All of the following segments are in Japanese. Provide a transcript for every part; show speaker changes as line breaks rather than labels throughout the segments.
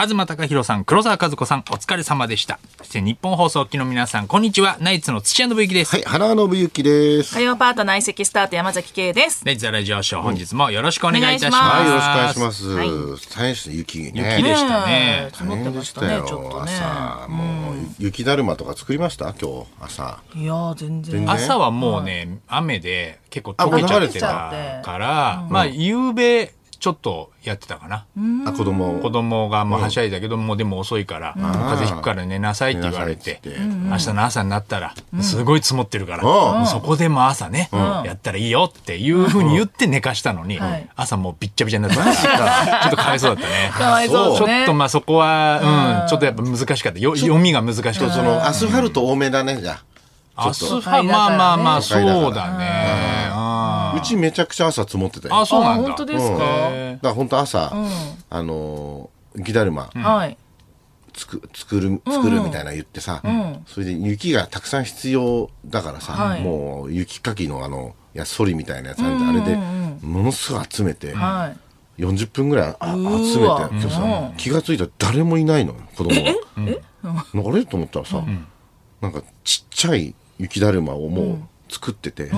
東貴博さん、黒沢和子さん、お疲れ様でした。そして日本放送機の皆さん、こんにちは。ナイツの土屋信之です。
はい、原信之です。
火曜パート内席スタート山崎圭です。
ナイツザラジオショー、本日もよろしくお願いいたします。。
は
はい、よろしくお願いしますす。大変ですね、雪ね。
雪でしたね。
積
大
もって
変で
ま
し
した
た
ね
よ、、
ちょっとね。
朝。もう、雪だるまとか作りました今日、朝。
いやー、全然。
然
朝はもうね、雨で結構溶けちゃってたから、まあ、夕べ、ちょっとやってたかな。
あ、子供。
子供がもうはしゃいだけど、もうでも遅いから、風邪ひくから寝なさいって言われて、
寝な
明日
さいって
の朝になったら、すごい積もってるから、
うん
もうそこでも朝ね、やったらいいよっていうふうに言って寝かしたのに、
はい
朝もうびっちゃびちゃになってたから、ちょっとかわいそうだったね。
かわいそう
ち
です
ょ
ね。
っとまあそこは、うん、ちょっとやっぱ難しかった。よ読みが難しかっ
そ
た。
の、アスファルト多めだね、じゃ
あ、
ちょっと
そうまあまあまあ、
都
そう
会だからね
だね。
あ。うちめちゃくちゃ朝積もってたよ。
あ、そう
あ
なんだ。
本当ですか、
へー
だから本当朝、あのー、雪だるま
はい。
つく作る、作るみたいな言ってさ、それで雪がたくさん必要だからさ、
はい
もう雪かきのあの、いや、ソリみたいなやつなんで、あれで、ものすごい集めて、
はい。
40分ぐらいあ集めて
うわ
今日さ気がついたら誰もいないのよ子供が。なんかあれと思ったらさ、なんかちっちゃい雪だるまをもう作ってて、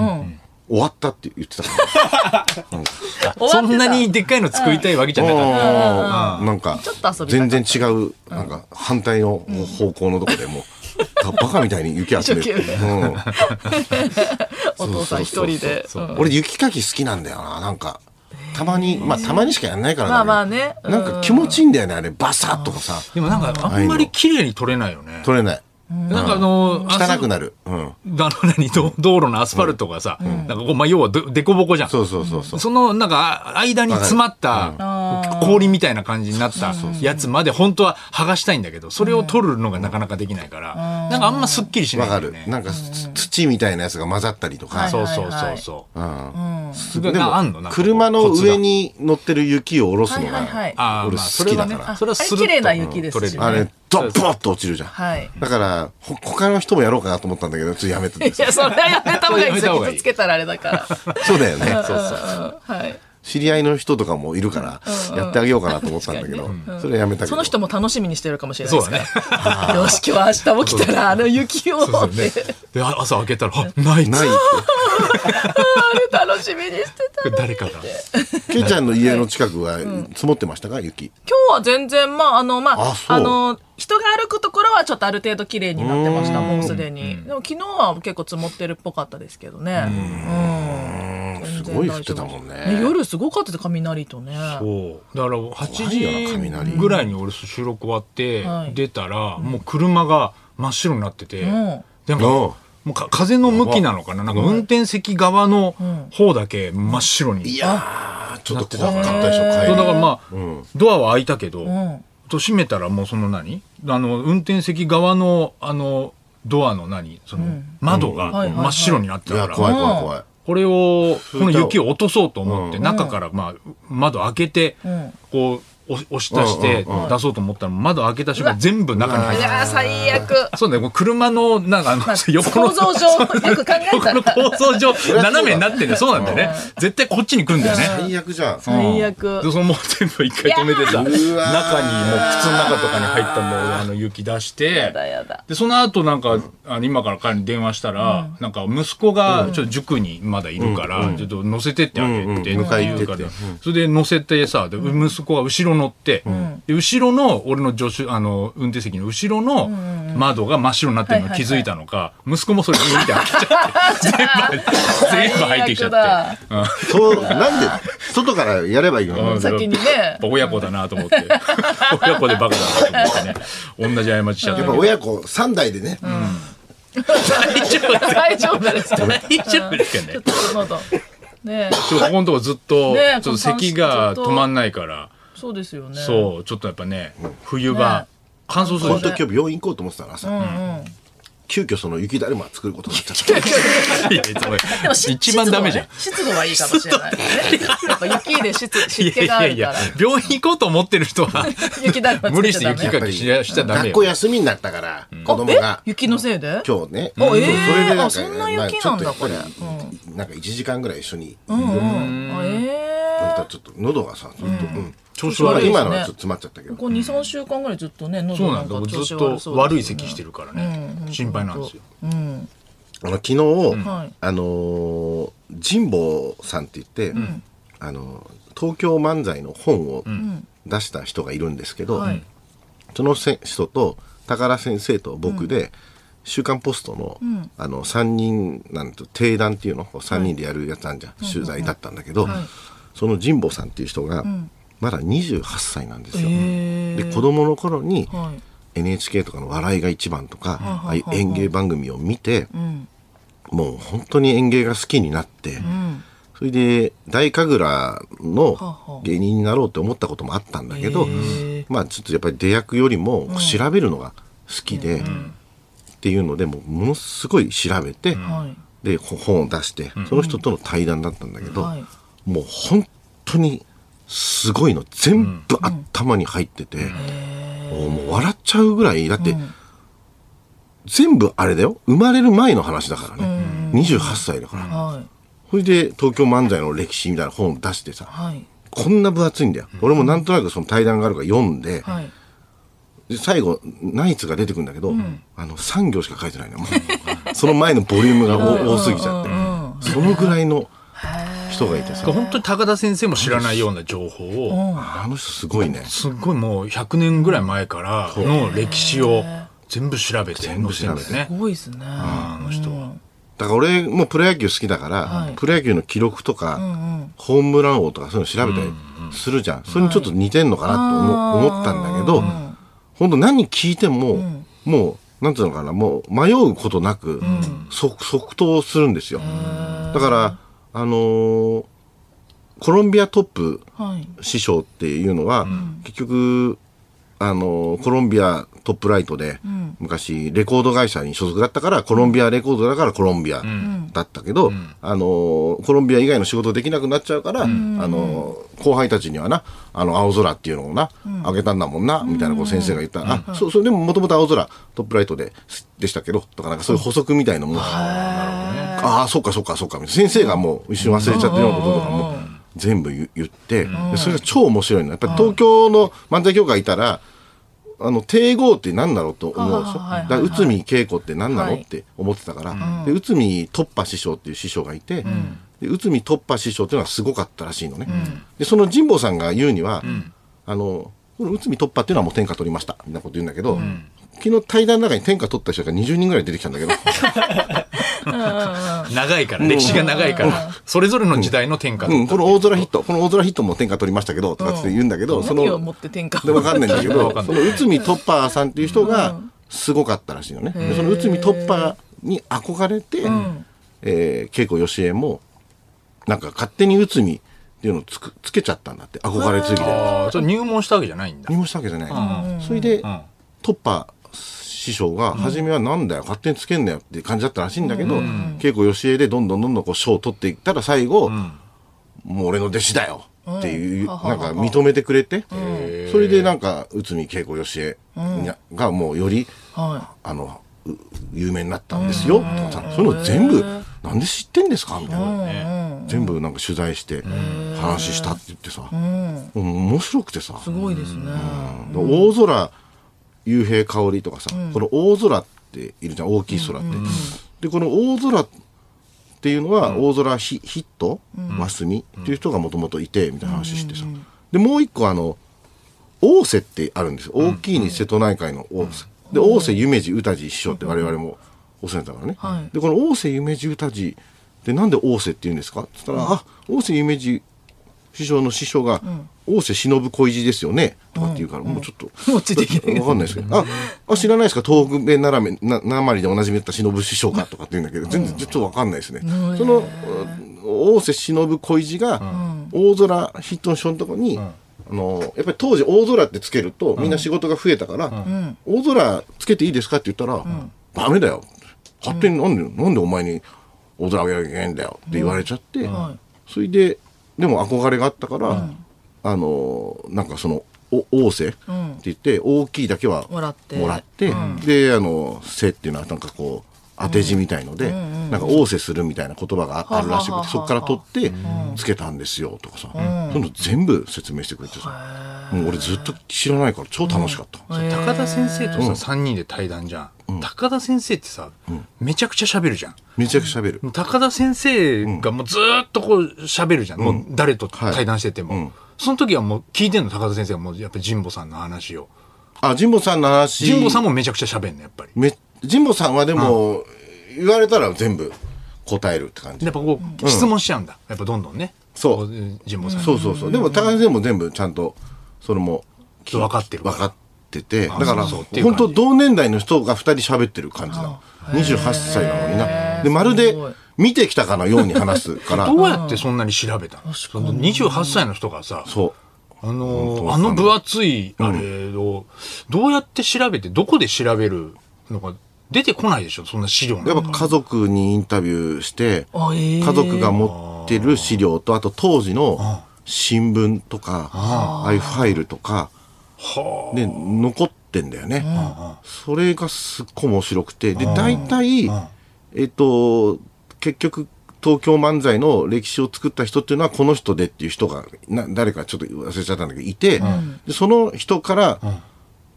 終わったって言ってたから
そんなにでっかいの作りたいわけじゃなかった。
あーなんか
ちょっと遊びたか
全
った
然違うなんか反対の方向のとこでもうバカみたいに雪集めて、
一生
う
懸
ん
お父さん一人で。うん
俺雪かき好きなんだよななんかたまにまあたまにしかやんないから
まあ
だけど
まあねうん
なんか気持ちいいんだよねあれバサッとかさ
でもなんか、あんまり綺麗に撮れないよね。
取れない
なんかあの、
汚く
な
なるうん
あの何道道路のアスファルトがさ、なんかこう、まあ、要はどでこぼこじゃん。
そうそうそうそう。
その、なんか、あ間に詰まった氷みたいな感じになったやつまで、本当は剥がしたいんだけど、それを取るのがなかなかできないから、なんかあんまスッキリしな
わ
いんだ
か
よ
る
ね。。
なんかつ土みたいなやつが混ざったりとか。
はい
そうそうそうそう。
うんす
なんかあんのなんかこう
車の上に乗ってる雪を下ろすの
はいはいは
が
い
あー
俺
まあ
好きだか
それはね
ら。
あれ
スルッと
綺麗な雪ですし、
う
ね。
ん
あ
取
れ
ね、
ドッポッと落ちるじゃん。
はい。
だから、ほ他の人もやろうかなと思ったんだけど、ちょっとやめて
い
て
や、それはやめた方がいいです
それはやめた方
よ。
がいい
傷つけたらあれだから。
そうだよね。
うんはい。
知り合いの人とかもいるから、やってあげようかなと思ったんだけど、それやめたけど。
その人も楽しみにしてるかもしれない
そ
で
う
す
だ
か
ね
ら。。よし、今日は明日起きたらあの雪を
そう
っ
ね
て、。
で、あ朝開けたら、あ、ないっつっ
ない
て
って。
楽しみにしてた。
誰かが。
ケイちゃんの家の近くは積もってましたか雪。
今日は全然、まあ、あの、まあ、
あ
あ
そう
の、人が歩くところはちょっとある程度綺麗になってました、もうすでに。でも昨日は結構積もってるっぽかったですけどね。うん。
す
全然
ごい降ってたもんね
大丈夫です夜すごかったです、雷とね。
そうだから8
いよな雷
時ぐらいに俺収録終わって
はい
出たらもう車が真っ白になってて、
ん
で
うん
ももうか風の向きなのかななんか運転席側の方だけ真っ白に、
い
そう
やー、ちょっと怖かったでしょ、帰
だ
り
からまあ、
ん
ドアは開いたけど、
ん
と閉めたらもうその何あの運転席側のあのドアの何その窓が
はいはいはい
真っ白になって
い
たか
や、
ら、
怖い怖い怖い。
これを、この雪を落とそうと思って、中から、まあ、窓開けて、こう、押し押し出して
うんうんうん
出そうと思ったら、窓開けた瞬間全部中に入
い
ってた。
やー、最 悪。
そうだよ、こう車の、なんかあの、
まあ、
横の、
構造上、よく考えた
横の
ら。
構造上、斜めになってんだよ。そうなんだよね。絶対こっちに来るんだよね。
最悪じゃん。
最悪
で、。そのもう全部一回止めてさ、中に、
う
もう
わー
靴の中とかに入ったもう、あの、雪出して
や、だやだ。
で、その後なんか、あの、今から彼に電話したら、なんか息子が、ちょっと塾にまだいるから、ちょっと乗せてってあげて、
うんうん
って言うから
迎え行ってって
それで乗せてさ、で、息子が後ろ乗って、で、後ろの、俺の助手、あの、運転席の後ろの窓が真っ白になってるの気づいたのか、息子もそれ、うんって開けちゃって、全部、全部入ってきちゃって。うん
そう、なんで、外からやればいいのに
うん
先にね。
親子だなと思 って。親子でバカだなと思ってね。同じ過ちしちゃった
や
け
っぱ
ど。
親子3代でね、
大丈夫
大丈夫ですかね。
大丈夫ですかね
ちょっと喉。ねえ
ちょっとここのとこずっと、
ねえ
ちょっと咳が
この
止まんないから、
そうですよね。
そう、ちょっとやっぱね、冬場
ね、
乾燥する
本
じ
当
ゃん
今日病院行こうと思ってたからさ、急遽その雪だるま作ることになっちゃった。
いやいや
でもし
一番ダメじゃん。
湿度はね湿度はいいかもしれないですね。やっぱ雪で湿湿
いや
気
い
があ
や
る
い
か
や
ら。、
病院行こうと思ってる人は、
雪だるま作っちゃダメ
無理して雪
やっ
か
ぱ
き
り
しやしちゃダメ
学
よ
校。休みになったから、子供
え
が。
雪のせいで
今日ね。
あえー
そうそれでなんか
あそんな雪
ま
なんだ
あちょっとやっぱり
これ
なんか1時間ぐらい一緒に、
う
だ
んうんあ
っ
え
たらちょっと喉がさずっと、うん
調子
まあ
悪い。
今のはちょっと詰まっちゃったけ
え
ど
ここ23週間ぐらいずっとね
そう
喉
な
なん
ん
か
だ。
調
ず
子
っ
悪
と
そう
悪い
ですね
咳してるからね。心配なんですよ。
うん
あの昨日、
はい
あのー神保さんって言って、あのー東京漫才の本を出した人がいるんですけど、
はい
そのせ人と高田先生と僕で、週刊ポストの,、あの3人なんて定談っていうの3人でやるやつあんじゃん、取材だったんだけど、
はい
その神保さんっていう人が、まだ28歳なんですよ。
へ
で子供の頃に、
はい
NHK とかの「笑いが一番」とか、
はあ
ああいう演芸番組を見て、
ん
もう本当に演芸が好きになって、
うん
それで大神楽
は
の
あ
芸人になろうって思ったこともあったんだけど、
へ
まあちょっとやっぱり出役よりも調べるのが好きで、っていうのでもうものすごい調べて、
はい
でこ本を出して、その人との対談だったんだけど、
はい
もう本当にすごいの全部頭に入ってて、もう笑っちゃうぐらいだって、全部あれだよ生まれる前の話だからね、28歳だから、
はい
それで東京漫才の歴史みたいな本を出してさ
はい
こんな分厚いんだよ、俺もなんとなくその対談があるから読んで,、
はい
で最後ナイツが出てくるんだけど、あの3行しか書いてないのもうその前のボリュームが多多すぎちゃって、そのぐらいの人がいてさ
本当に高田先生も知らないような情報を、
あの人すごいね。
すっごいもう100年ぐらい前からの歴史を全部調べて
全部
載
調べて
せるんです
す
ね。
ごいですね
あの人は。
だから俺もプロ野球好きだから、
はい
プロ野球の記録とか、ホームラン王とかそういうの調べたりするじゃん、それにちょっと似てんのかなと思,、思ったんだけど、本当何聞いても、もうなんていうのかなもう迷うことなく、即即答するんですよ、だからあのーコロンビアトップ
はい
師匠っていうのは、結局あのコロンビアトップライトで、昔レコード会社に所属だったからコロンビアレコードだからコロンビアだったけど、あのコロンビア以外の仕事できなくなっちゃうから、あの後輩たちにはなあの青空っていうのをな、あげたんだもんなみたいなこう先生が言ったら、あそうそれでももともと青空トップライトででしたけどとかなんかそういう補足みたいのも、ああそっかそっかそっかみたいな先生がもう一瞬忘れちゃってるようなこととかも全部言言って、でそれが超面白いのやっぱり東京の漫才協会いたらあの帝豪って何だろうと思うでしょ
はいはいはい
だから内海恵子って何なの、
はい
って思ってたから、で内海突破師匠っていう師匠がいて、で内海突破師匠っていうのはすごかったらしいのね、でその神保さんが言うには、あのこの内海突破っていうのはもう天下取りましたみたいなこと言うんだけど、昨日対談の中に天下取った人が20人ぐらい出てきたんだけど
長いから、歴史が長いから、それぞれの時代の天下
うん、この大空ヒット、この大空ヒットも天下取りましたけど、とかって言うんだけど、そ
何を持
の、
って天下
で、わかんないんだけ
わ
ど
か、ん
そ
ない
の内海トッパーさんっていう人が、すごかったらしいのね。でその内海トッパーに憧れて、えー、恵子よしえも、なんか勝手に内海っていうのをつくつけちゃったんだって、憧れすぎて。
ああ、それ入門したわけじゃないんだ
何。もしたわけじゃない、それで、トッパー師匠が初めはなんだよ、勝手につけんなよって感じだったらしいんだけど、稽古よしえでどんどんどんどんこう賞を取っていったら最後、もう俺の弟子だよっていう、なんか認めてくれて、それでなんか内海稽古よしえがもうより、
は
あのう有名になったんですよ、とかさそういうの全部なんで知ってんですかみたいな、全部なんか取材して話したって言ってさ、面白くてさ。
いすごいですね
大空幽閉香りとかさ、この大空っているじゃん大きい空って、でこの大空っていうのは大空ヒ,、ヒットますみっていう人がもともといてみたいな話してさ、でもう一個あの大瀬ってあるんですよ大きいに瀬戸内海の大瀬、で大瀬夢二歌寺師匠って我々もお世話になったからね、
はい
でこの大瀬夢二歌寺でなんで大瀬って言うんですかって言ったら「あ大瀬夢二師匠の師匠が、大瀬忍小路ですよね」とかって言うから、もうちょっと。
もうついてきて
わかんないですけど。あ、あ知らないですか東北弁ならめ、な、なまりでおなじみだった忍師匠かとかって言うんだけど、全然ちょっとわかんないですね。その、お大瀬忍小路が、大空ヒットの人のとこに、あの、やっぱり当時大空ってつけると、みんな仕事が増えたから、大空つけていいですかって言ったら、ダメだよ。勝手になんで、なんでお前に大空あげなきゃいけないんだよって言われちゃって、それで、でも憧れがあったから、あの、なんかその、お大瀬って言って、大きいだけは
もらって
もらってであの「背」っていうのはなんかこう当て字みたいので、なんか仰せするみたいな言葉があるらし
はあ
く
はあはあはあ
て、そこから取って、つけたんですよとかさ、そういうの全部説明してくれてさ、もう俺ずっと知らないから超楽しかった。
高田先生とさ、3人で対談じゃん。高田先生ってさ、めちゃくちゃ喋るじゃん。
めちゃくちゃ喋る。
高田先生がもうずーっとこう喋るじゃん。もう誰と
はい
対談してても。
うん
その時はもう聞いてんの、高田先生がもうやっぱり神保さんの話を。
あ、神保さんの話。
神保さんもめちゃくちゃ喋んの、やっぱり。
め、神保さんはでも、言われたら全部答えるって感じ
やっ。ぱこう、質問しちゃうんだ。やっぱどんどんね。
そう
こ神保さんに。
そうそうそう。でも、高橋先生も全部ちゃんと、それも、
分かってる
分かってて、だから、
そうそうっていう感
本
じ
当同年代の人が二人喋ってる感じなの。28歳なのにな。で、まるです
ごい、
見てきたかのように話すから、
どうやってそんなに調べたのその ?28 歳の人がさ、
そう。
あの
本
ー
当
あの分厚いあれを、どうやって調べて、どこで調べるのか、出てこないでしょ、そんな資料なんか
やっぱ家族にインタビューして、
あええ
家族が持ってる資料と、あと当時の新聞とか、ああいうファイルとか、で、残ってんだよね。それがすっごい面白くて、で、大体、えっと、結局、東京漫才の歴史を作った人っていうのはこの人でっていう人が、な誰かちょっと忘れちゃったんだけど、いて、でその人から、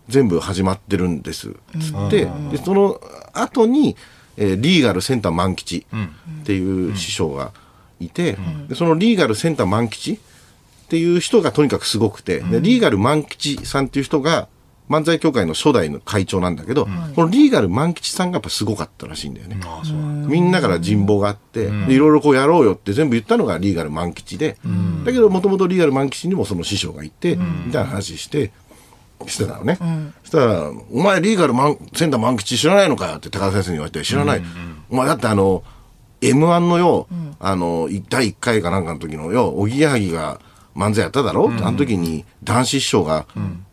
全部始まってるんですつって、でその後に、えーリーガルセンター万吉っていう師匠がいて、でそのリーガルセンター万吉っていう人がとにかくすごくて、でリーガル万吉さんっていう人が漫才協会の初代の会長なんだけど、このリーガル万吉さんがやっぱすごかったらしいんだよね。みんなから人望があって、でいろいろこうやろうよって全部言ったのがリーガル万吉で、だけどもともとリーガル万吉にもその師匠がいて、みたいな話して、してたのね。そしたら、お前リーガルマンセンター万吉知らないのかよって高田先生に言われて、知らない。お前だってあの、M1 のよ、あの、い第1回かなんかの時のよ、おぎやはぎが漫才やっただろ、あの時に男子師匠が、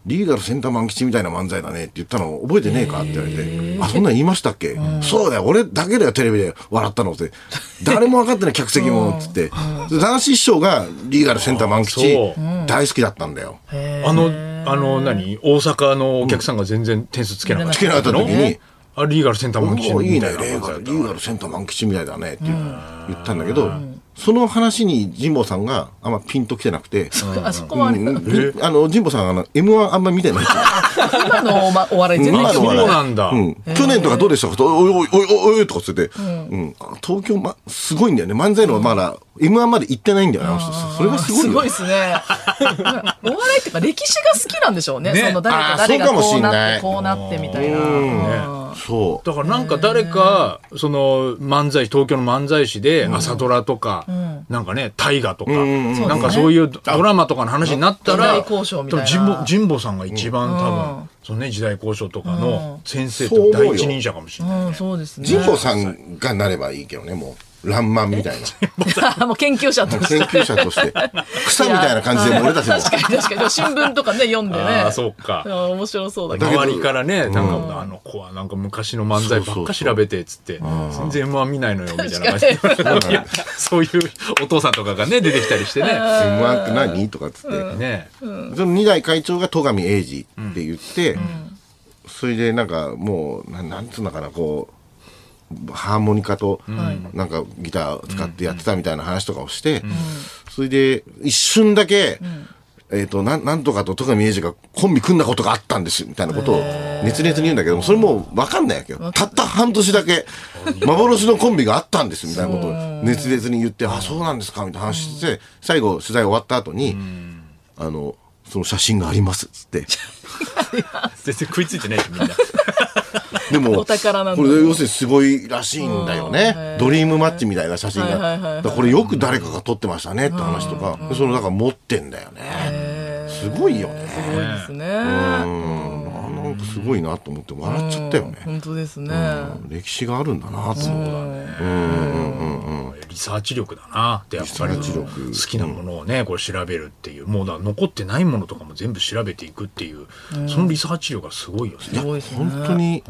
リーガルセンター万吉みたいな漫才だねって言ったの覚えてねえかって言われて、あ、そんなん言いましたっけ、そうだよ、俺だけだよ、テレビで笑ったのって。誰も分かってない、 客席も、つって。で男子師匠がリーガルセンター万吉
あそ
大好きだったんだよ。
あの、あの、何大阪のお客さんが全然点数つけなかった。
つけな
かった時に
あ、リーガルセンターも来て
お
る
ーいいね、レ
みたい
ー
な
ガル、
感
リ
じだっ
ーガルセンター満吉みたいだねっていう言ったんだけど、その話に神保さんがあんまピンときてなくて、
あそこはあれ
うんうんあの、神保さんはあの M1 あんま見てない。
今のお,、ま、お笑い全然
今
た
の
そう
笑い
なんだ。
うん去年とかどうでしたかおいおいおいおいおいとかつって、うんあ東京、ま、すごいんだよね。漫才のまだ M1 まで行ってないんだよね、あの人。それがすごい
す
よ
ごいです ね。お笑いっていうか歴史が好きなんでしょうね。
ね
その誰
あ
か
ー
誰が
そうかも
こ
し
うんなっ
な
て
い
こうなってみたいな。
うんそう。
だからなんか誰か、その漫才、東京の漫才師で、朝ドラとか、なんかね、大河とか、
ん
なんかそういうドラマとかの話になったら、
時代交渉みたいな
多分神保神保さんが一番多分、そのね、時代交渉とかの先生と第一人者かもしれない。
うん、そうですね。
神保さんがなればいいけどね、もう。らんまんみ たいな。
もう研究者と して。
研究者として。草みたいな感じで、もう俺たちも。
確かに確かに。でも新聞とかね、読んでね。
ああ、そうか。
うん面白そうだけど。
けど
周りからね、なんか、あの子はなんか昔の漫才ばっか調べて、つって、全然 M1 見ないのよ、みたいな感じで。いや そういうお父さんとかがね、出てきたりしてね。
M1 って何とかっつって、
ね
その2代会長が戸上英二って言って、それでなんかもうななんつうのかなこうハーモニカとなんかギターを使ってやってたみたいな話とかをして、それで一瞬だけ、えー、となんなんとかと戸上英二がコンビ組んだことがあったんですみたいなことを熱烈に言うんだけどもそれもう分かんないわけよたった半年だけ幻のコンビがあったんですみたいなことを熱烈に言ってあそうなんですかみたいな話して最後取材終わった後に。あの、その写真がありますっつ って。
全然食いついてないでしょ、みんな。
でも、
お宝なん
こ
だ
れ要するにすごいらしいんだよね。ドリームマッチみたいな写真が。
はいはいはいは
だ
い
からこれよく誰かが撮ってましたねって話とか、そのだから持ってんだよね。すごいよね。
すごいですね。
うん。なんかすごいなと思って笑っちゃったよね。
本当ですね。
歴史があるんだなと思うな。
リサーチ力だなってやっぱり
リサーチ力
好きなものをねこう調べるっていうもうだから残ってないものとかも全部調べていくっていうそのリサーチ力がすごいよ
いや
ね。
ごいですね
本当に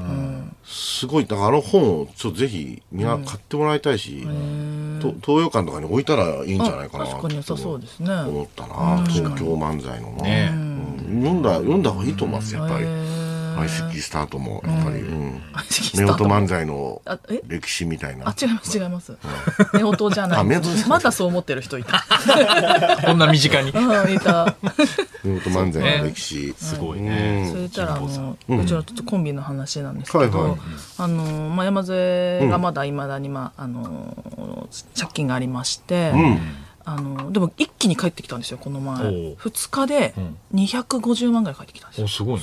すごいだからあの本をちょっとぜひみんな買ってもらいたいし、と東洋館とかに置いたらいいんじゃないかな
確かに良さそうですね
思ったな東京漫才のな、
ね
うん読んだ読んだ方がいいと思いますやっぱり、
へー
相席スタートもやっぱり、うん、
相席スター
夫
ト
婦漫才の
あえ
歴史みたいな
あ違います違います夫婦じゃな
あ
い
夫婦じゃない
まだそう思ってる人いた
こんな身近に。
うんいた
夫婦漫才の歴史
すごいね。
それたらあのうちのちょっとコンビの話なんですけど、
はいはい
あのまあ、山添がまだいまだに、まあ、あの借金がありまして、あのでも一気に帰ってきたんですよこの前
おう
2日で250万ぐらい帰ってきたんですよ
お、すごいね。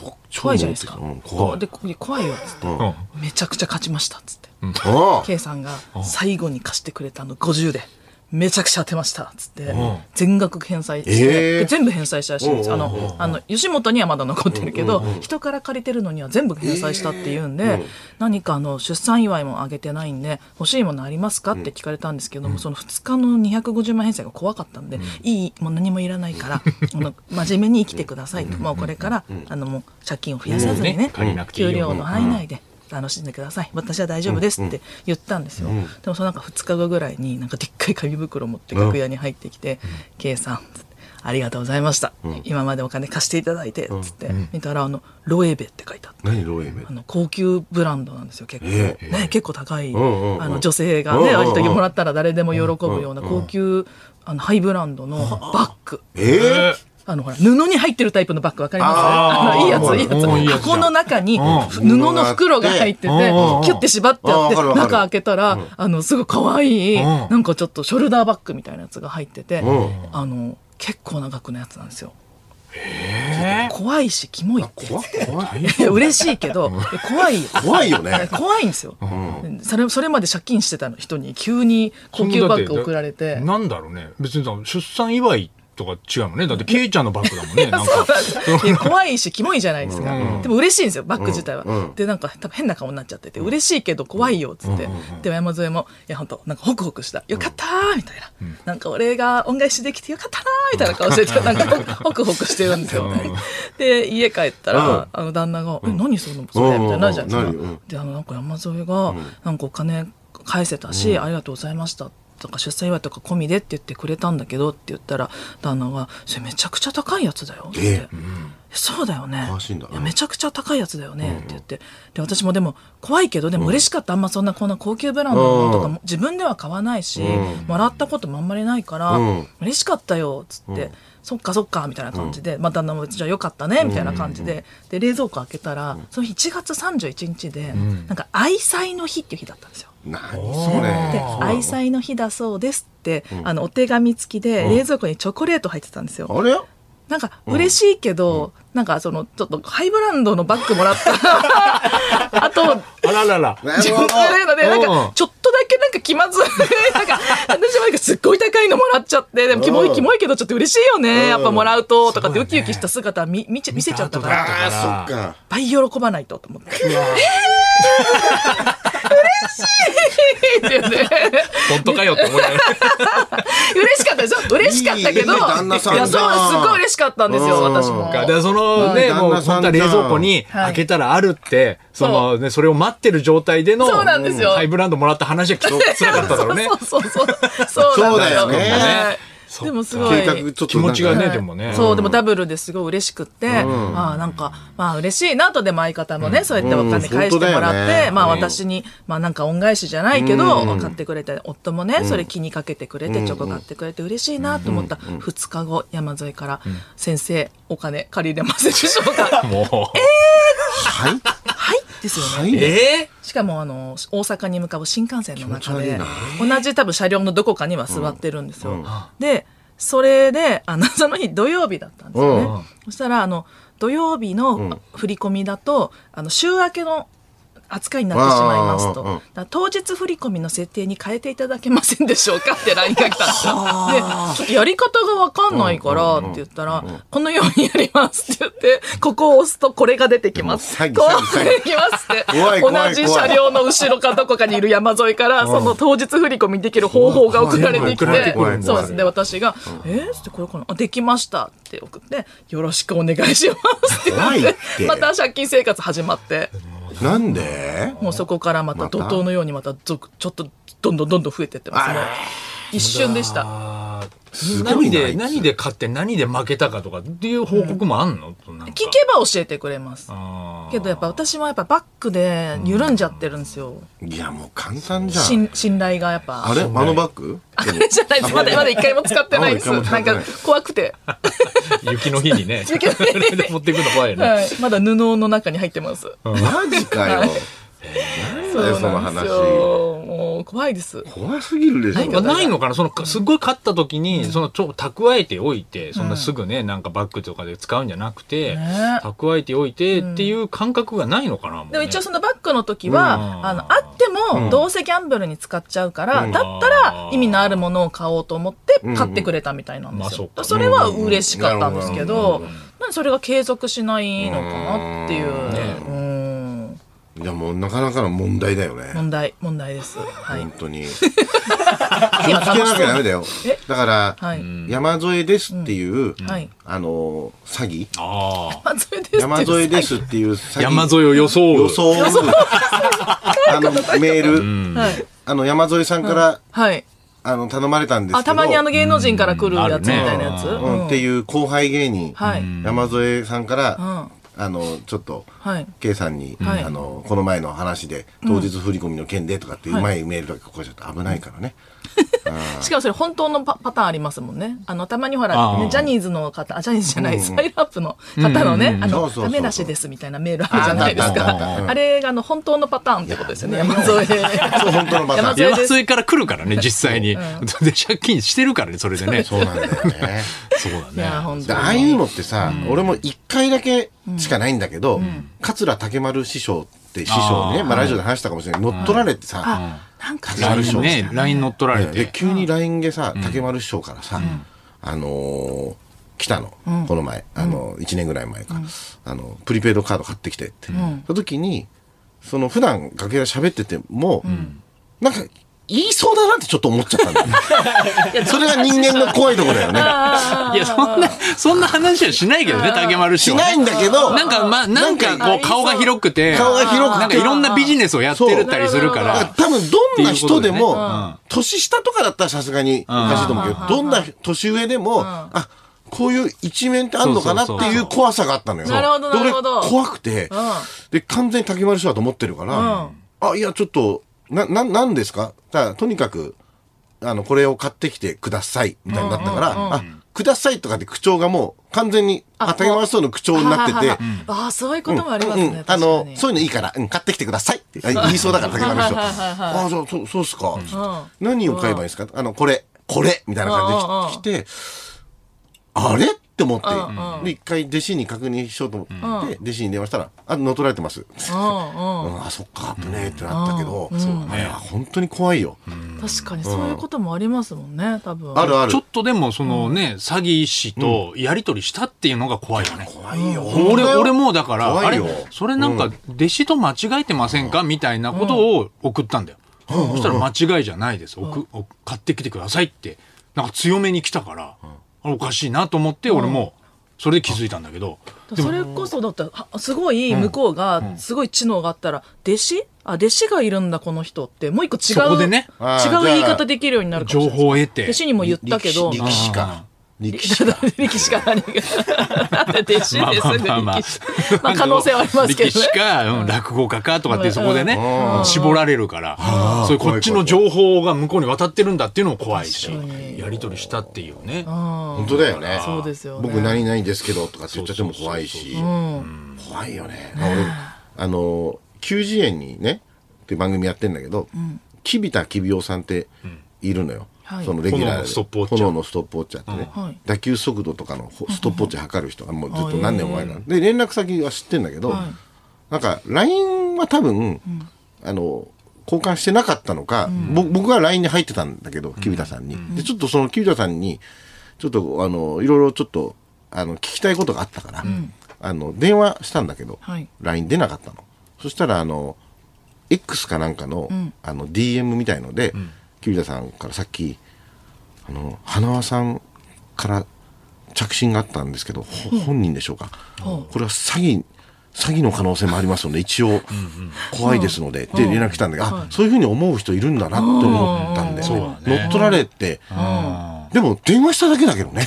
超超
怖いじゃないですか、
うん怖い
でここに怖いよっつって、
うん。
めちゃくちゃ勝ちましたっつって、
ああ
K さんが最後に貸してくれたあの50でめちゃくちゃ当てましたっつって全額返済して、
えー
で全部返済したらしいんですあのあの吉本にはまだ残ってるけど、人から借りてるのには全部返済したっていうんで、何かあの出産祝いもあげてないんで欲しいものありますかって聞かれたんですけども、その2日の250万返済が怖かったんで、いいもう何もいらないからあの真面目に生きてくださいと、もうこれから、あのもう借金を増やさずに
うんね
ね
借りなくていいよ
給料の範囲内で楽しんでください私は大丈夫ですって言ったんですよ、でもそのなんか2日後ぐらいになんかでっかい紙袋持って楽屋に入ってきて「K さん」つって「ありがとうございました、今までお金貸していただいて」つって、見たらあの「ロエベ」って書いてあって。
何ロエベ
あの高級ブランドなんですよ結構、
え
ね、結構高い、
んうんうん
あの女性がね、
うんうんうん
割ともらったら誰でも喜ぶような高級、あのハイブランドのバッグ、
ええ
あのほら布に入ってるタイプのバッグわかります
あー
あのいいやついいや
うんいいや
つ
つ
箱の中に
ん
布の袋が入っててキ
うん
ュッて縛ってあっ
あーわ
て
かるわかる
中開けたらあのすごい可愛い
ん
なんかちょっとショルダーバッグみたいなやつが入ってて
ん
あの結構な額のやつなんですよ。怖いしキモいって
怖怖い
いや嬉しいけど怖いよ
怖いよね
怖いんですよ、それそれまで借金してた人に急に高級バッグ送られて
なんだろうね。別にさ、出産祝いとか違うもんね。だって、ケイちゃんのバッグだもんね。なん
そう
か。
なんだいや怖いし、キモいじゃないですか。でも嬉しいんですよ、バッグ自体は。で、なんか多分変な顔になっちゃってて、嬉しいけど怖いよ、つって。でも山添も、いや、本当なんかホクホクした。よかったーみたいな。なんか俺が恩返しできてよかったなーみたいな顔してて、なんかホクホクしてるんですよ。で、家帰ったら、あの旦那が、え、何その、それみたいになるじゃないで
うん
す
うんうんなる
か
よ。
で、あの、なんか山添が、なんかお金返せたし、ありがとうございました。とか出産祝いとか込みでって言ってくれたんだけどって言ったら旦那が「それめちゃくちゃ高いやつだよ」って、
え
そうだよね
詳しいんだね
やめちゃくちゃ高いやつだよねって言って、で私もでも怖いけどでも嬉しかった、あんまそんなこんな高級ブランドのものとかも自分では買わないし、もらったこともあんまりないから、
うん
嬉しかったよっつって、そっかそっかみたいな感じで、まあ旦那もじゃあよかったねみたいな感じで,、で冷蔵庫開けたらその日1月31日で、なんか愛妻の日っていう日だったんですよ。
何そ
で
れ
愛妻の日だそうですって、あのお手紙付きで冷蔵庫にチョコレート入ってたんですよ。
あれ
なんか嬉しいけど、なんかそのちょっとハイブランドのバッグもらったあと
あららら。
自分でだけどねなん
うん
かちょっとだけなんか気まずいなんか私もなんかすっごい高いのもらっちゃってでもキモいキモいけどちょっと嬉しいよねやっぱもらうととかってウキウキした姿見見ち見せちゃったから
見た後だ
ああそっか
倍喜ばないとと思って。えー嬉しいって言って
本当かよって思いながら。
嬉しかったですよ嬉しかったけど
いい旦那さん
いやそうすごい嬉しかったんですよ私も。
か。で、そのね、
はい
もう、
旦那さ
本
ん
当
じゃ
は
ん
冷蔵庫に開けたらあるって、そのね、それを待ってる状態での、
そうなんですよ
ハイブランドもらった話はきっと辛かっただろうね。
そうそうそうそう。そうなんです
そうだよね
はい
そっか
でもすごい
計。画ちょっと
気持ちが
なん
ね、
か
はい
でもね。
そう、でもダブルですごい嬉しくって、ああ、なんか、まあ嬉しいなと、でも相方もね、そうやってお金返してもら
うん本当だよ
って、
ね
まあ
うん
私に、まあなんか恩返しじゃないけど、買ってくれて、夫もね、それ気にかけてくれて、チョコ買ってくれて嬉しいなと思った2日後、山添から、先生、お金借りれますでしょうか
もう。
はい
はいですよね。
え
しかもあの大阪に向かう新幹線の中
気持ち悪い
で
な
同じ多分車両のどこかには座ってるんですよ、でそれであの その日土曜日だったんですよね、
うん
そしたらあの土曜日の振り込みだと、あの週明けの扱いになってしまいますと
あーうんうん
だから当日振り込みの設定に変えていただけませんでしょうかって LINE が来たんですよでちょっとやり方がわかんないからって言ったら、このようにやりますって言ってここを押すとこれが出てきます
もう詐欺
こう
詐欺詐欺
きますって。
怖い怖い
同じ車両の後ろかどこかにいる山沿いから、その当日振り込みできる方法が送られてき
送られて
て
くるん、だ
そうですね、私が、えーってこれかなあ、できましたって送って、よろしくお願いしますって
怖い
言
っ
ってて、また借金生活始まって、
なんで
もうそこからまた怒涛のようにまた続、ちょっとどんどんどんどん増えてってますね
あら。
一瞬でした。
あー
すご
何
いなあい
で、
つ
何で勝って何で負けたかとかっていう報告もあんの、なんか
聞けば教えてくれます
あー
けどやっぱ私はやっぱバックで緩んじゃってるんですよ、
いや、もう簡単じゃん。
信信頼がやっぱ
あれあのバッグ
あれじゃない ですまだまだ一回も使ってないです
まだ一
な
回
ん
も使ってない
か怖くて、
雪の日にね。
雪の日に
で 持ってくの怖いよね。
はい、まだ布の中に入ってます
マジかよ。なんだよ、その話。
もう怖いです
怖すぎるでし
まあ
ょ。
ないのかなその、すっごい勝った時に、その、ちょ、蓄えておいて、そんなすぐね、なんかバッグとかで使うんじゃなくて、
ね
蓄えておいてっていう感覚がないのかなもうね
でも一応そのバックの時は、
うん
あのあってもどうせギャンブルに使っちゃうから、だったら意味のあるものを買おうと思って買ってくれたみたいなんですよ、
うんまあ
そ
そ
れは嬉しかったんですけど、なんでそれが継続しないのかなっていう、うん
いや、もうなかなかの問題だよね。
問題問題です はい
本当に。気をつけなきゃダメだよ
え。
だから
はい、
山添ですっていう、
はい
あの、詐欺。
あ
山添です
山添ですっていう詐
あ。
欺。
山沿いを装う。
予想。 あの、メール。
はい、
あの、山添さんから、
はい、
あの、頼まれたんですけど。
あたまにあの芸能人から来るやつみ
うん
たいなやつ、
うんっていう後輩芸人、
はい
山添さんから、
う
あのちょっと、
はい
K さんに、
はい
あのこの前の話で当日振り込みの件でとかっていううまいメールとかここちょっと危ないからね、
しかもそれ本当のパパターンありますもんね。あの、たまにほら、
あー
ねジャニーズの方、あジャニーズじゃない、スタイルアップの方のね、あ
そうそ
の、
うそう
ダメ出しですみたいなメールあるじゃないです
あーあったあったあっ
か。
た
あれが、あの、本当のパターンってことですよね。山添。
そう本当のパターン
山添
山
です。
沿いから来るからね、実際に。で、借金してるからね、それでね。
そうなんだよね
そうだ
いや、
ね。
本
で
当
ああいうのってさ、俺も一回だけしかないんだけど、桂竹丸師匠って師匠にね
あー
まあ、ラジオで話したかもしれない乗っ取られてさ、
なんか、
ライン
ね、ライン乗っ取られ
で
て。
急に LINE でさ、竹丸師匠からさ、あのー来たの、この前、あの1年ぐらい前か、あのプリペイドカード買ってきてって、その時にその普段楽屋で喋ってても、なんか言いそうだなってちょっと思っちゃったんだよね それが人間の怖いところだよね
いや、そんな、そんな話はしないけどね、竹丸師
し
匠はね。
ないんだけど
なんか、まあ、なんか、こう、顔が広くて、
顔が広くて
なんか、いろんなビジネスをやってるたりするか
だから
ら、
多分どんな人で
っていう
も、
ことでね
年下とかだったらさすがにおかしいと思うけど、どんな年上でも、あこういう一面ってあるのかなって
そうそう
い
そう
う怖さがあったのよ。
なるほど
で俺
なるほど
怖くて、で、完全に竹丸師匠だと思ってるから、あ、いや、ちょっと、な、な、なんですかだからとにかく、あの、これを買ってきてください、みたいになったから、あ、くださいとかって口調がもう完全に、
あ
竹丸師匠の口調になってて、
ああ、そういうこともあります
うんうん
ね。
あの、そう
う
いうのいいから、うん、買ってきてくださいってあ言いそうだから、竹丸師匠。ああ、じゃあ、そう、そうっすか。何を買えばいいですかあの、これ、これみたいな感じで来て、あれって思って、で、一回弟子に確認しようと思って、弟子に電話したら、あ、乗っ取られてます。うんあ、そっか、危ねえってなったけど、あれは本当に怖いよ。
確かにそういうこともありますもんね、多分。
あるある
ちょ。っとでも、そのね、詐欺師とやりとりしたっていうのが怖いよね。
怖いよ。
俺、俺もうだから、あ
怖い
れ
よ、
それなんか、弟子と間違えてませんかみたいなことを送ったんだよ。そしたら、間違いじゃないです。おくお買ってきてくださいって、なんか強めに来たから、あれおかしいなと思って、俺も、それで気づいたんだけど、
それこそだってはすごい向こうがすごい知能があったら弟子あ弟子がいるんだこの人ってもう一個違
そこ
う、
でね
あー
違
じゃ
う
あ
言い方できるようになるかもし
情
れない
報を得て
弟。子にも言ったけど
力士か。力士か。
力士か何 かだって弟子ですぐ
まあまあまあまあ
力士 まあ可能性はありますけ
力
どね
士か、うん落語家かとかってそこでね、絞られるから、そういうこっち
怖
の
い怖
情報が向こうに渡ってるんだっていうのも怖いし、やり取りしたっていうね。
本当だよね。
そうですよね
僕何々ですけどとかって言っちゃっても怖いし。怖いよね。俺、あの、9次元にね、っていう番組やってんだけど、きびたきびおさんっているのよ
はい。
そのレギュ
炎
ラー
の
で。
ストップウォッチャー
炎のストップウォッチャーって
は
ね
い。
打球速度とかのほストップウォッチ測る人がもうずっと何年も前なの。で、連絡先は知ってんだけど、なんか LINE は多分、あの、交換してなかったのか、ぼ僕は LINE に入ってたんだけど、キビタさんに。で、ちょっとそのキビタさんに、ちょっと、あの、いろいろちょっと、あの、聞きたいことがあったから、あの、電話したんだけど、
はい
LINE 出なかったの。そしたら、あの、X かなんかの、あの、DM みたいので、キビタさんからさっき、あの、花輪さんから着信があったんですけど、ほ本人でしょうか。これは詐欺、詐欺の可能性もありますので、一応、怖いですので、って連絡来たんだけど、あ、そういうふうに思う人いるんだなって思ったんで、
そう
乗
だね
っ取られて、でも電話しただけだけどね。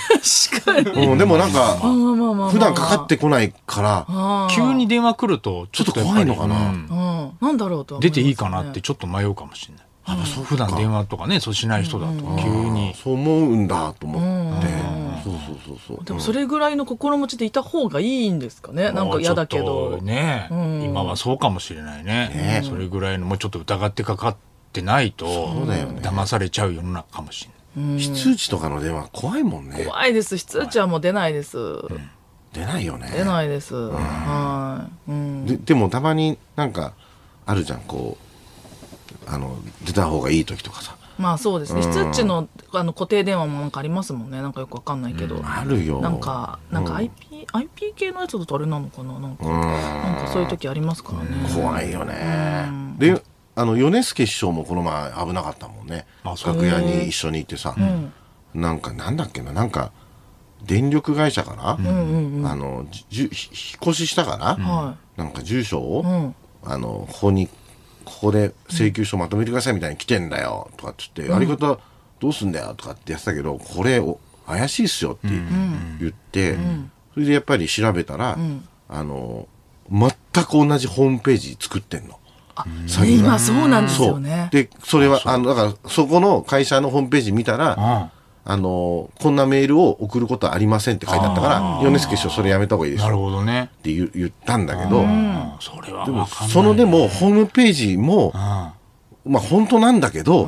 確かに。
うん、でもなんか、
まあまあまあまあ。
普段かかってこないから、
あー
急に電話来ると
ち
ちょ
ょっ
っ
と
と
怖いのかな
うん
うん。なんだろうとは
出
思ます
て
ね
いいかなって。ちょっと迷うかもしれない、普段電話とかねそうしない人だと急に、
そう思うんだと思って。そうそうそう
で
そう
も。それぐらいの心持ちでいた方がいいんですかね。なんか嫌だけ
もうちょ
ど
っと。ね、今はそうかもしれないねそれぐらいのもうちょっと疑ってかかってないと
うだよね
騙されちゃう世の中かもしれない
非通知とかの電話怖いもんね。
怖いです。非通知はもう出ないです。
出ないよね。
出ないです。はい。うん。
ででもたまになんかあるじゃんこうあの出た方がいい時とかさ
まあそうですね。非通知のあの固定電話もなんかありますもんね。なんかよくわかんないけど。
あるよ
なんか、なんか IP、IP 系のやつだとあれなのかななんか、なんかそういう時ありますからね。
怖いよねであの米助師匠もこの前危なかったもんね
あそう
楽屋に一緒に行ってさ、なんかなんだっけななんか電力会社かな、あのじゅひ引っ越ししたかな、
は
なんか住所を、
ん
あのここにここで請求書まとめてくださいみたいに来てんだよとかっつって、あり方どうすんだよとかってやってたけどこれお怪しいっすよって言って、それでやっぱり調べたら、あの全く同じホームページ作ってんの。詐欺が
今そうなんですよね。
でそれはあのだからそこの会社のホームページ見たら、
あ
あのこんなメールを送ることはありませんって書いてあったから米助師匠それやめた方がいいで
あ
す
なる
よ
ほどね
って言う言ったんだけど、
うんそれは
でも
わかんない
そのでもホームページも、まあ本当なんだけど、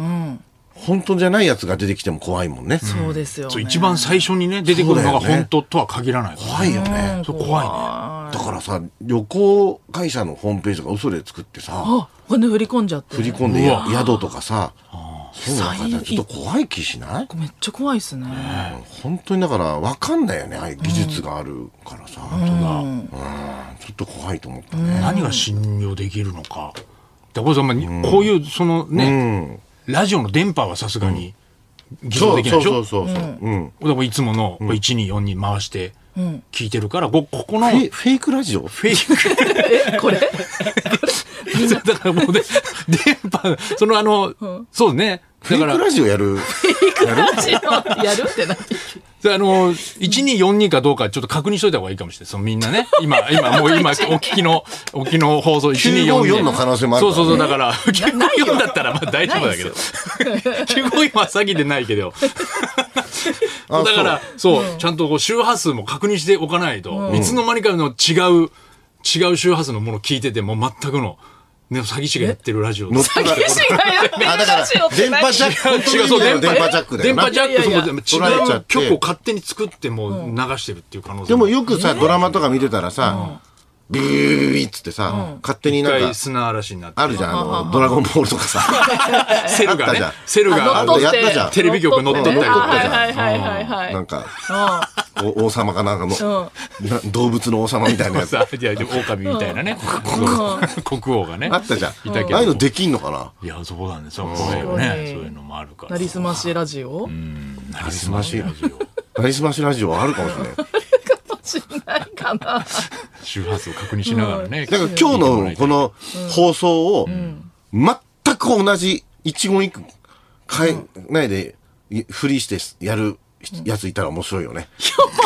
本当じゃないやつが出てきても怖いもんね。
そうですよ、
そう
ね。
一番最初にね出てくるのが本当とは限らないからね
怖いよね。
そう怖いね
だからさ旅行会社のホームページとか嘘で作ってさ
あ、お金振り込んじゃって、
振り込んでや
う
宿とかさそうなんかちょっと怖い気しない
めっちゃ怖いっすね。
本当にだから分かんないよねああいう技術があるからさ、うんちょっと怖いと思ったね。
何が信用できるのか。だからこれさまあこういうそのね、ラジオの電波はさすがに偽造
そう
できない
そう
でし
そ
ょ
う。そうそう、うん
だからいつもの124に回して聞いてるから、こここの
フェフェイクラジオ
フェイク。
え、これ
だからもう ね、電波、そのあの、そうね。
フ
だ
ェイ
か
ク
ら、
ラジオやる
ラジオやるってな
それあの、1242かどうかちょっと確認しといた方がいいかもしれない。そのみんなね。今、今、もう 今、お聞きの、お聞きの放送
954
1242。
の可能性もあるからね
そうそうそう、だから、954だったらまあ大丈夫だけど
な。
954は詐欺でないけど。
あ
だから、そう、ちゃんとこう周波数も確認しておかないと、いつの間にかの違う、違う周波数のもの聞いてて、もう全くの、ね、詐欺師がやってるラジオ。
乗っ
違
取られてあだから電波ジャック本当の
う、
意味で
電波
の電波ジャックだよ
電
な
波ジャック
いやいやいや
そう
取られち
違
ゃっ
う
て
曲を勝手に作ってもう流してるっていう可能性
でもよくさドラマとか見てたらさビュービュービュービューっつってさ勝手に
一
なん
回
か
砂嵐になって
あるじゃんあのドラゴンボールとかさ
セル
あっ
が
たじ
ね
ゃん
セルが
あ乗っ取って
テレビ局乗っ取ったりとか
はいはいはいはい
な
はい
んか
あ
お王様かなんかのな動物の王様みたいなやつあ
さいやでも狼みたいなね国王がね
ったじゃん
いたけど
ああいうのできんのかない
やそうなんですよ怖いよ
確か
ねそ
に
ういうのもあるから
なりすましラジオ、
なりすましラジオ
なりすましラジオはあるかもしれない
しないかな
周波数を確認しながらね。
だから今日のこの放送を全く同じ一言一句変えないでいふりしてやるやついたら面白いよね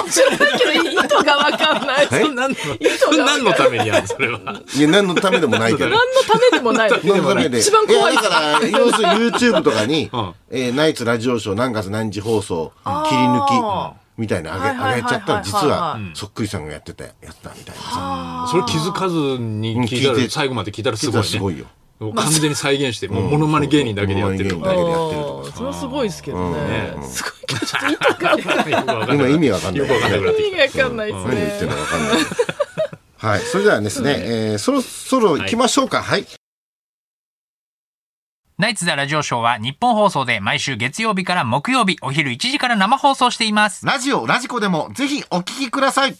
面白いけど意図がわかんないそんな意図が
何のためにやるそれ は。
いや何のためでもないけど
何のためでもない
のためで。
一番怖い
やだから、要する に YouTube とかに
ん、
えーナイツラジオショー何月何日放送、切り抜き、みたいなあげ、
はいはいはいはい
あげちゃったら、実は
う、
そっくりさんがやってたやつだみたいなさ。
それ気づかずに聞いた
うん聞いて
ら、最後まで聞いたらすごいね。
聞いたらすごいよ
もう完全に再現して、もうモノマネ芸人だけでやってると
モ
か
ノマ
ね。
ネ芸人だけでやってるとか
あーそれはすごいですけどね、
うん
すごいけどちょっと意 図がわかんな い
今意味わかんな
よ
い
くわかんなくなってき
意味がわかんないです
何言って
ね
るのかわかんない。はい。それではですね、えーそろそろ行きましょうか。はい。
ナイツザラジオショーは日本放送で毎週月曜日から木曜日お昼1時から生放送しています。
ラジオ、ラジコでも、ぜひお聞きください。